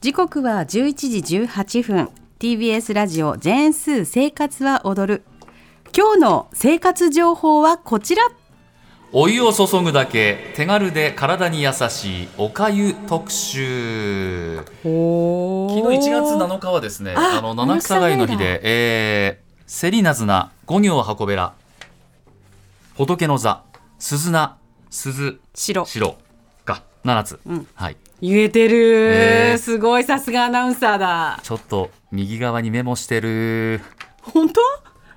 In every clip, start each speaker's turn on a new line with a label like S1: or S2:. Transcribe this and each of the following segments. S1: 時刻は11時18分 TBS ラジオジェーンスー生活は踊る今日の生活情報はこちら
S2: お湯を注ぐだけ手軽で体に優しいおかゆ特集昨日1月7日はですね
S1: あ
S2: あの七草がゆの日
S1: 七
S2: で、えー、セリナズナ五行箱べら仏の座鈴菜鈴
S1: 白
S2: 白が7つ、
S1: ん
S2: はい
S1: 言えてる、
S2: えー
S1: すごいさすがアナウンサーだ
S2: ちょっと右側にメモしてる
S1: 本当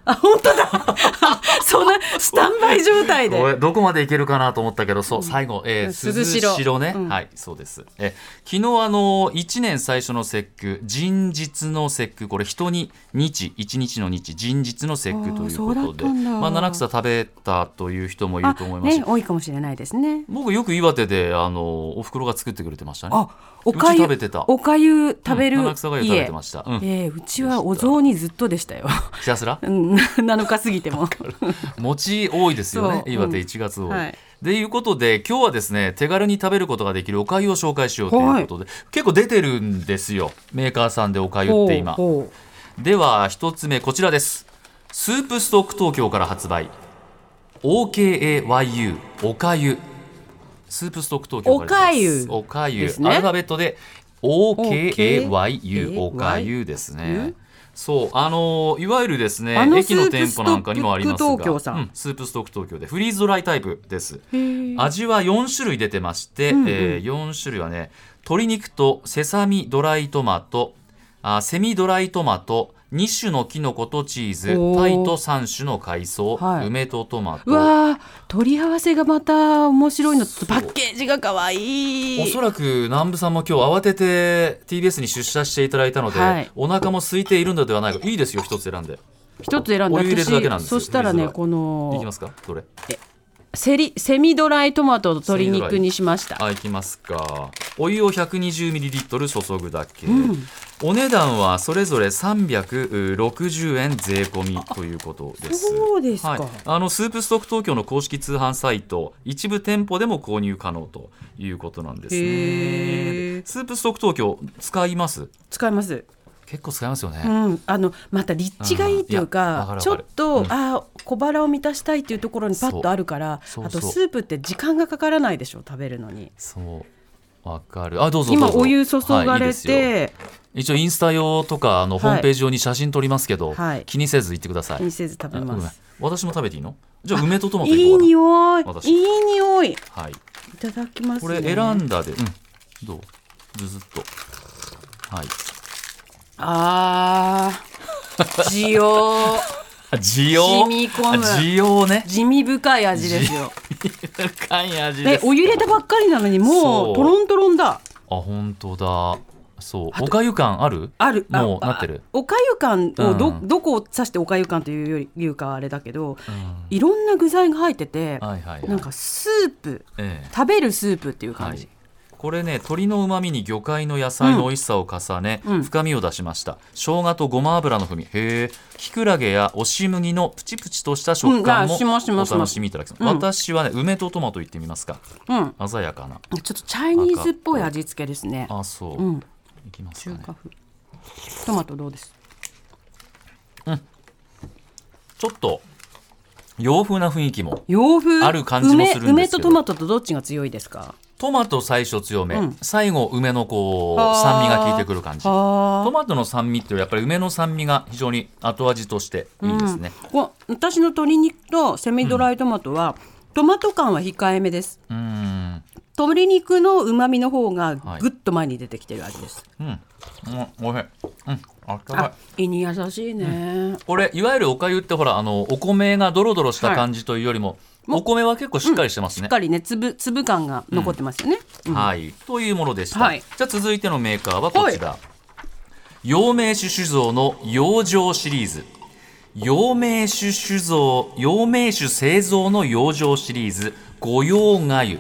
S1: あ本当だ そんなスタンバイ状態
S2: こ
S1: で
S2: れどこまでいけるかなと思ったけど、そう、最後、えー、
S1: 鈴
S2: 鈴
S1: 代
S2: 代ね、
S1: うん
S2: はい、そうです。えー昨日、あのー、1年最初の節句、人日の節句、これ、人に日、1日の日、人日の節句というこ
S1: あーそうだっ
S2: とで、
S1: たんだ
S2: まあ、七草食べたという人もいると思いますし、
S1: ね多いかもしれないですね
S2: 僕、よく岩手で、あのー、お袋が作ってくれてましたね。
S1: あおかゆ
S2: うち食べてた
S1: おかゆ食べる家、
S2: うん七草がゆ食べてました。うん、
S1: えーうちはお雑煮ずっとでしたよ
S2: ひたすら
S1: うん7日 過ぎても
S2: 餅多いですよね
S1: そう
S2: 岩
S1: うん
S2: 手1月多い。
S1: はい
S2: でいうことで今日はですね手軽に食べることができるおかゆを紹介しようということで、結構出てるんですよメーカーさんでおかゆって今。
S1: ほうほう
S2: では一つ目こちらですスープストック東京から発売 OKAYU おかゆスープストック東京からです
S1: お
S2: おかゆ
S1: ですね
S2: アルファベットで OKAYU
S1: OKAYU
S2: おかゆです
S1: うん
S2: ねそうあのーいわゆるですね
S1: あの
S2: 駅の店舗なんかにもありますが
S1: スープストック東京さん
S2: うんスープストック東京でフリーズドライタイプです
S1: へー
S2: 味は4種類出てまして、
S1: んうん
S2: えー4種類はね鶏肉とセサミドライトマトあセミドライトマト2種のキノコとチーズ
S1: おー
S2: タイと3種の海藻、
S1: はい
S2: 梅とトマ
S1: う
S2: ト
S1: わー取り合わせがまた面白いのと
S2: そう
S1: パッケージが可愛い
S2: おそらく南部さんも今日慌てて TBS に出社していただいたので、
S1: はい
S2: お腹も空いているのではないかいいですよ一つ選んで
S1: 一つ選ん
S2: お
S1: で
S2: 湯入れるだけなん
S1: 私
S2: です
S1: そ
S2: よ
S1: したらね
S2: 水が
S1: こ
S2: いきま
S1: の
S2: すかどれ
S1: セリセミドライトマトと鶏
S2: セミドラ
S1: 肉
S2: イ
S1: にしました
S2: あいきますかお湯を 120ml 注ぐだけ、
S1: ん
S2: お値段はそれぞれ360円税込みということです
S1: そうですか
S2: はい、あのスープストック東京の公式通販サイト一部店舗でも購入可能ということなんです
S1: へー
S2: ねスープストック東京使います
S1: 使います
S2: 結構使いますよね、
S1: うん、あのまた立地がいいという
S2: あーいやわか
S1: か
S2: るわかる
S1: ちょっと、
S2: うん
S1: あー小腹を満たしたいというところにパッとあるから
S2: そう
S1: あと
S2: そうそう
S1: スープって時間がかからないでしょ食べるのに
S2: そうわかるあどうぞどうぞ
S1: 今お湯注
S2: は
S1: が
S2: いいいで
S1: れ
S2: すよ
S1: て、
S2: 一応インスタ用とかあの
S1: い
S2: ホームページ用に写真撮りますけど、
S1: はい
S2: 気にせず行ってください
S1: 気にせず食べ
S2: あごめ
S1: ま
S2: ん
S1: す
S2: 私も食べていいのじゃあ梅とトマト
S1: いい
S2: いこうか
S1: 匂い
S2: 私
S1: いい匂いい
S2: なはい
S1: ただきます
S2: こ
S1: ね
S2: れ選んだで、うん、どうずずっとはい
S1: あー地用
S2: 需要
S1: 染み込む
S2: 需要ね
S1: 地味深い味ですよ
S2: 深い味で
S1: え
S2: す
S1: お湯入れたばっかりなのにも
S2: そうう
S1: トロントロンだ
S2: あ本当だそうおかゆ感ある
S1: あるあ
S2: もう
S1: あ
S2: なってる
S1: おかゆ感をど,、
S2: うん
S1: どこを指しておかゆ感というよりいうかあれだけど
S2: うん
S1: いろんな具材が入ってて、
S2: はいはいはい
S1: なんかスープ
S2: ええ
S1: 食べるスープっていう
S2: は
S1: 感じ、
S2: いこれね鶏の旨味に魚介の野菜の美味しさを重ね、
S1: うんうん
S2: 深みを出しました生姜とごま油の風味へえきくらげや押し麦のプチプチとした食感
S1: うんあ
S2: も
S1: しますし
S2: お
S1: ます
S2: 楽しみいただきます、
S1: うん
S2: 私はね梅とトマトいってみますか
S1: うん
S2: 鮮やか
S1: ち
S2: な
S1: ょっとチャイニーズっぽい味付けですね
S2: あそう、
S1: うん
S2: いきますか
S1: 中
S2: ね
S1: 華風トマトどうです
S2: ちょっと洋風な雰囲気も
S1: 洋風
S2: ある感じもするんですけど
S1: 梅梅とトマトとどっちが強いですか
S2: トマト最初強め、
S1: うん
S2: 最後梅のこう
S1: あー
S2: 酸味が効いてくる感じト
S1: あ
S2: マトの酸味っていうよりやっぱり梅の酸味が非常に後味としていいですね、
S1: こ私の鶏肉とセミドライトマトは、トマト感は控えめです
S2: うーん
S1: 鶏肉の旨味の方が
S2: はい
S1: ぐっと前に出てきてる味です、
S2: うんうんおいしいうんあったかい
S1: あ胃に優しいね、
S2: これいわゆるおかゆってほらあのお米がドロドロした感じというよりも、お米は結構しっかりしてます
S1: しっ
S2: ね、
S1: かりね粒粒感が残ってますよね、うん
S2: はいというものでした、
S1: はい
S2: じゃあ続いてのメーカーはこちら、陽明酒酒造の養生シリーズ陽明酒酒造陽明酒製造の養生シリーズ御用がゆ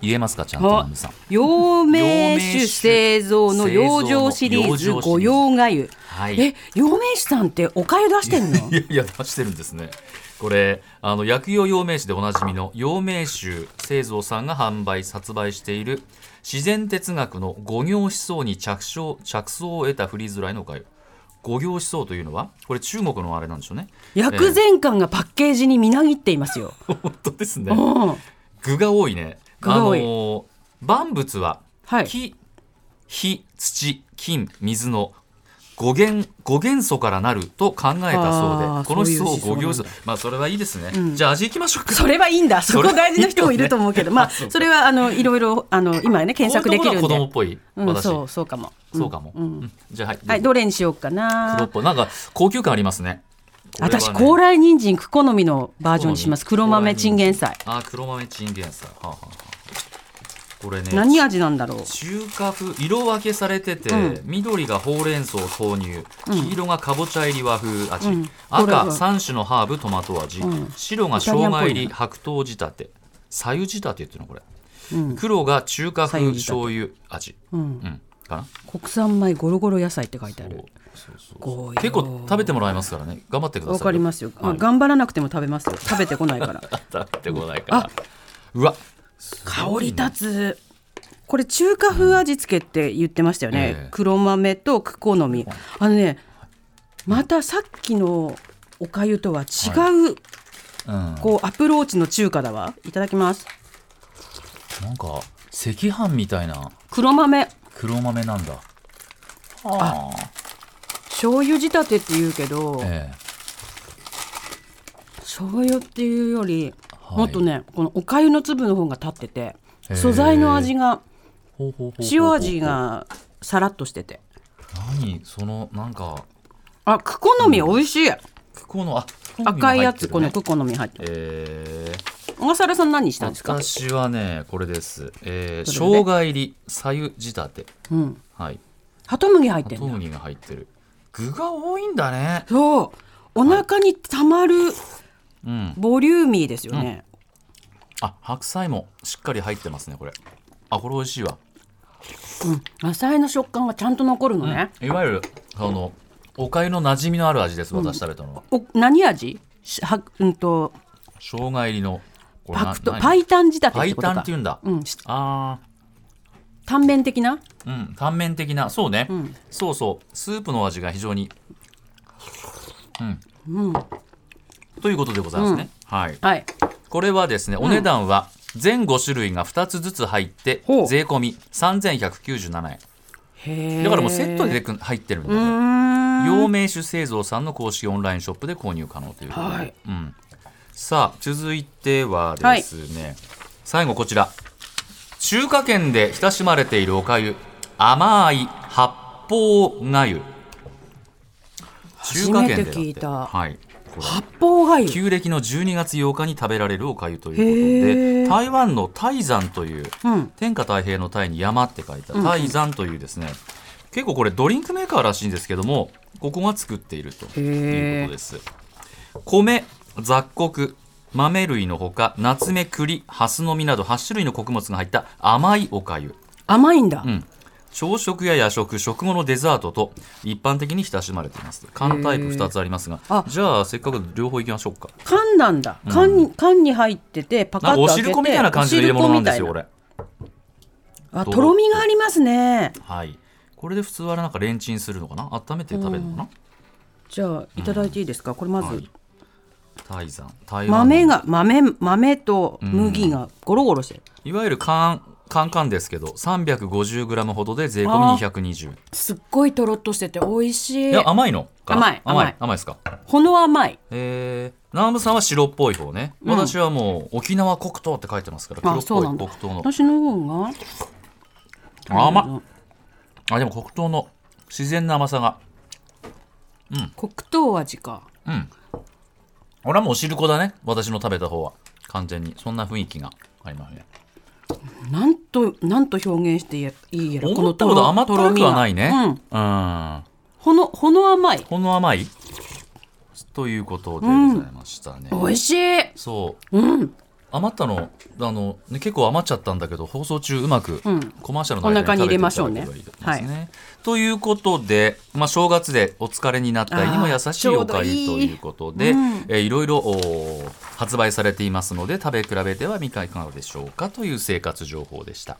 S2: 言えますかちゃんと
S1: は
S2: 南部さん
S1: 陽明酒製造の養生シリーズ
S2: 養生シリーズ
S1: 御用がゆ、
S2: はい
S1: え陽明酒さんってお粥出してんの
S2: いやいや出してるんですねこれあの薬用陽明酒でおなじみの陽明酒製造さんが販売発売している自然哲学の五行思想に着想着想を得たフリーズライのおかゆ五行思想というのはこれ中国のあれなんでしょうね
S1: 薬膳感がパッケージにみなぎっていますよ。
S2: 本当ですね
S1: うん
S2: 具が多いね
S1: 具が多い
S2: あのー万物は
S1: はい
S2: 木、火、土、金、水の五元五元素からなると考えたそう
S1: あー
S2: で、この思
S1: そういう
S2: 想を
S1: 思想
S2: 五行素
S1: なん、
S2: まあそれはいいですね。じゃあ味いきましょうか。
S1: それはいい んだ。そこ大事な人もいると思うけど、まあそれはあのいろいろあの今ね検索できるん
S2: こういうところは子供
S1: で
S2: っ。
S1: う
S2: ぽい、
S1: ん、そ
S2: 私。そう
S1: そうかも。
S2: うかも。うんじゃあはい。
S1: はい、どれにしようか
S2: 黒
S1: な
S2: っ。ぽいなんか高級感ありますね。これはね
S1: 私高麗人参クコの実のバージョンにします。黒豆チンゲン菜。
S2: あー黒豆チンゲン菜。はあはあはあこれね。
S1: 何味なんだろう。
S2: 中華風色分けされてて、
S1: うん
S2: 緑がほうれん草豆乳黄色がかぼちゃ入り和風味、
S1: うんこれ
S2: 赤
S1: は
S2: 3種のハーブトマト味、
S1: ん
S2: 白が生姜入
S1: イタリアンっ
S2: り
S1: ぽいな
S2: 白桃仕立て左右仕立てっていうのこれ、
S1: うん
S2: 黒が中華
S1: 白湯
S2: 風
S1: 仕立て
S2: 醤油味、
S1: うん、
S2: うん、かな
S1: 国産米ゴロゴロ野菜って書いてある。
S2: そうそうそう
S1: ご用
S2: 結構食べてもらいますからね頑張ってください
S1: わかりますよ、
S2: はい
S1: あ頑張らなくても食べますよ。食べてこないから。
S2: 食べてこないからうわ
S1: 香り立つ。これ中華風味付けって言ってましたよね。
S2: ええ
S1: 黒豆とクコの実。あのね、またさっきのおかゆとは違う、
S2: うん、なんか
S1: こうアプローチの中華だわ。いただきます。
S2: 赤飯みたいな
S1: 黒豆、
S2: 黒豆なんだああ
S1: 醤油仕立てって言うけど、
S2: ええ
S1: 醤油っていうより、
S2: はい
S1: もっとね、このおかゆの粒の方が立ってて、
S2: へえ
S1: 素材の味が
S2: ほうほうほうほう
S1: 塩味がさらっとしてて。
S2: 何そのなんか
S1: あ、クコの実美味しい。
S2: クコのあ
S1: 赤いやつ、この
S2: ク
S1: クコの実入ってる。
S2: えー、
S1: 小笠原さん何したんですか。
S2: 私はねこれです、えー、
S1: どれ
S2: 生姜入りさゆ仕立て
S1: うん。
S2: はい
S1: 鳩麦入って
S2: ト
S1: ん
S2: ム
S1: だ。
S2: ニが入ってる具が多いんだね
S1: そう。お腹にたまる
S2: うん
S1: ボリューミーですよね。
S2: あ白菜もしっかり入ってますねこれあこれ美味しいわ、
S1: うん。野菜の食感がちゃんと残るのね。
S2: いわゆるそのおかゆの馴染みのある味です私食べたのは、
S1: お、何味。しは、うんと、
S2: 生姜入りのこれな
S1: パクト、
S2: 何
S1: パイタン仕立てっ
S2: 白
S1: て
S2: 湯っ
S1: ことか
S2: て。言うんだ、
S1: うん、し
S2: ああ
S1: 単麺的な。
S2: うん、単面的なそうね、そうそうスープの味が非常にうん、ということでございますね、はい
S1: はい。
S2: これはですねお値段は全5種類が2つずつ入って、
S1: ほう
S2: 税込み3197円
S1: へえ。
S2: だからもうセットで。く入ってるんだ
S1: う
S2: よね
S1: ーん。
S2: 陽明酒製造さんの公式オンラインショップで購入可能ということで、
S1: はい
S2: うん、さあ続いてはですね、最後こちら中華圏で親しまれているおかゆ甘い八方がゆ中華圏でだって
S1: 初めて聞いた
S2: はい、これ
S1: 八方がゆ。
S2: 旧暦の12月8日に食べられるおかゆと
S1: へ
S2: いうことで
S1: ー
S2: 台湾の泰山という
S1: うん。
S2: 天下太平の泰に山って書いた泰山というですね、結構これドリンクメーカーらしいんですけどもここが作っているということです米雑穀豆類のほかナツメ栗ハスの実など8種類の穀物が入った甘いおかゆ
S1: 甘いんだ。
S2: うん朝食や夜食食後のデザートと一般的に親しまれています缶タイプ2つありますが
S1: あ
S2: じゃあせっかく両方いきましょうか
S1: 缶なんだ。缶に、缶に入ってて、パカッ
S2: なんか
S1: と
S2: お
S1: 開け
S2: 汁
S1: て。
S2: 粉みたいな感じの入れ物なんですよ
S1: お
S2: こ
S1: 汁粉みた
S2: れ
S1: いなあ、とろみがありますね。
S2: はいこれで普通はなんかレンチンするのかな温めて食べるのかな
S1: じゃあいただいていいですか、これまず、
S2: はい台山台湾の
S1: 豆が豆豆と麦がゴロゴロしてる、
S2: いわゆる缶缶缶ですけど 350g ほどで税込み220円
S1: すっごいとろっとしてて美味し
S2: い
S1: い
S2: や甘いのか
S1: 甘い
S2: 甘
S1: 甘
S2: い
S1: い
S2: 甘いですか
S1: ほの甘い
S2: えー、南部さんは白っぽい方ね、
S1: ん
S2: 私はもう沖縄黒糖って書いてますから
S1: あ
S2: 黒っ
S1: そう
S2: ぽ
S1: なん
S2: い
S1: だ
S2: 黒糖の
S1: 私の方が
S2: 甘っあでも黒糖の自然な甘さが
S1: 黒糖味か
S2: うん俺はもうお汁粉だね私の食べた方は完全にそんな雰囲気がありますね
S1: なんとなんと表現していいやら
S2: 思ったほど甘ったるくはないね
S1: うん、
S2: うん
S1: ほのほの甘い
S2: ほの甘いということでございましたね。
S1: 美味しい
S2: そう、
S1: うん
S2: 余ったのあの、ね、結構余っちゃったんだけど放送中うまく
S1: ん
S2: コマーシャルの
S1: お腹に入れましょ
S2: 食
S1: う
S2: べ
S1: ね
S2: ていただければいいですね。ということで、まあ、正月でお疲れになったりにも優
S1: あー
S2: し
S1: ち
S2: い
S1: ょ
S2: お
S1: うど
S2: かゆ
S1: いい
S2: ということで
S1: うん
S2: えーいろいろおー発売されていますので食べ比べてはみかんいかがでしょうかという生活情報でした。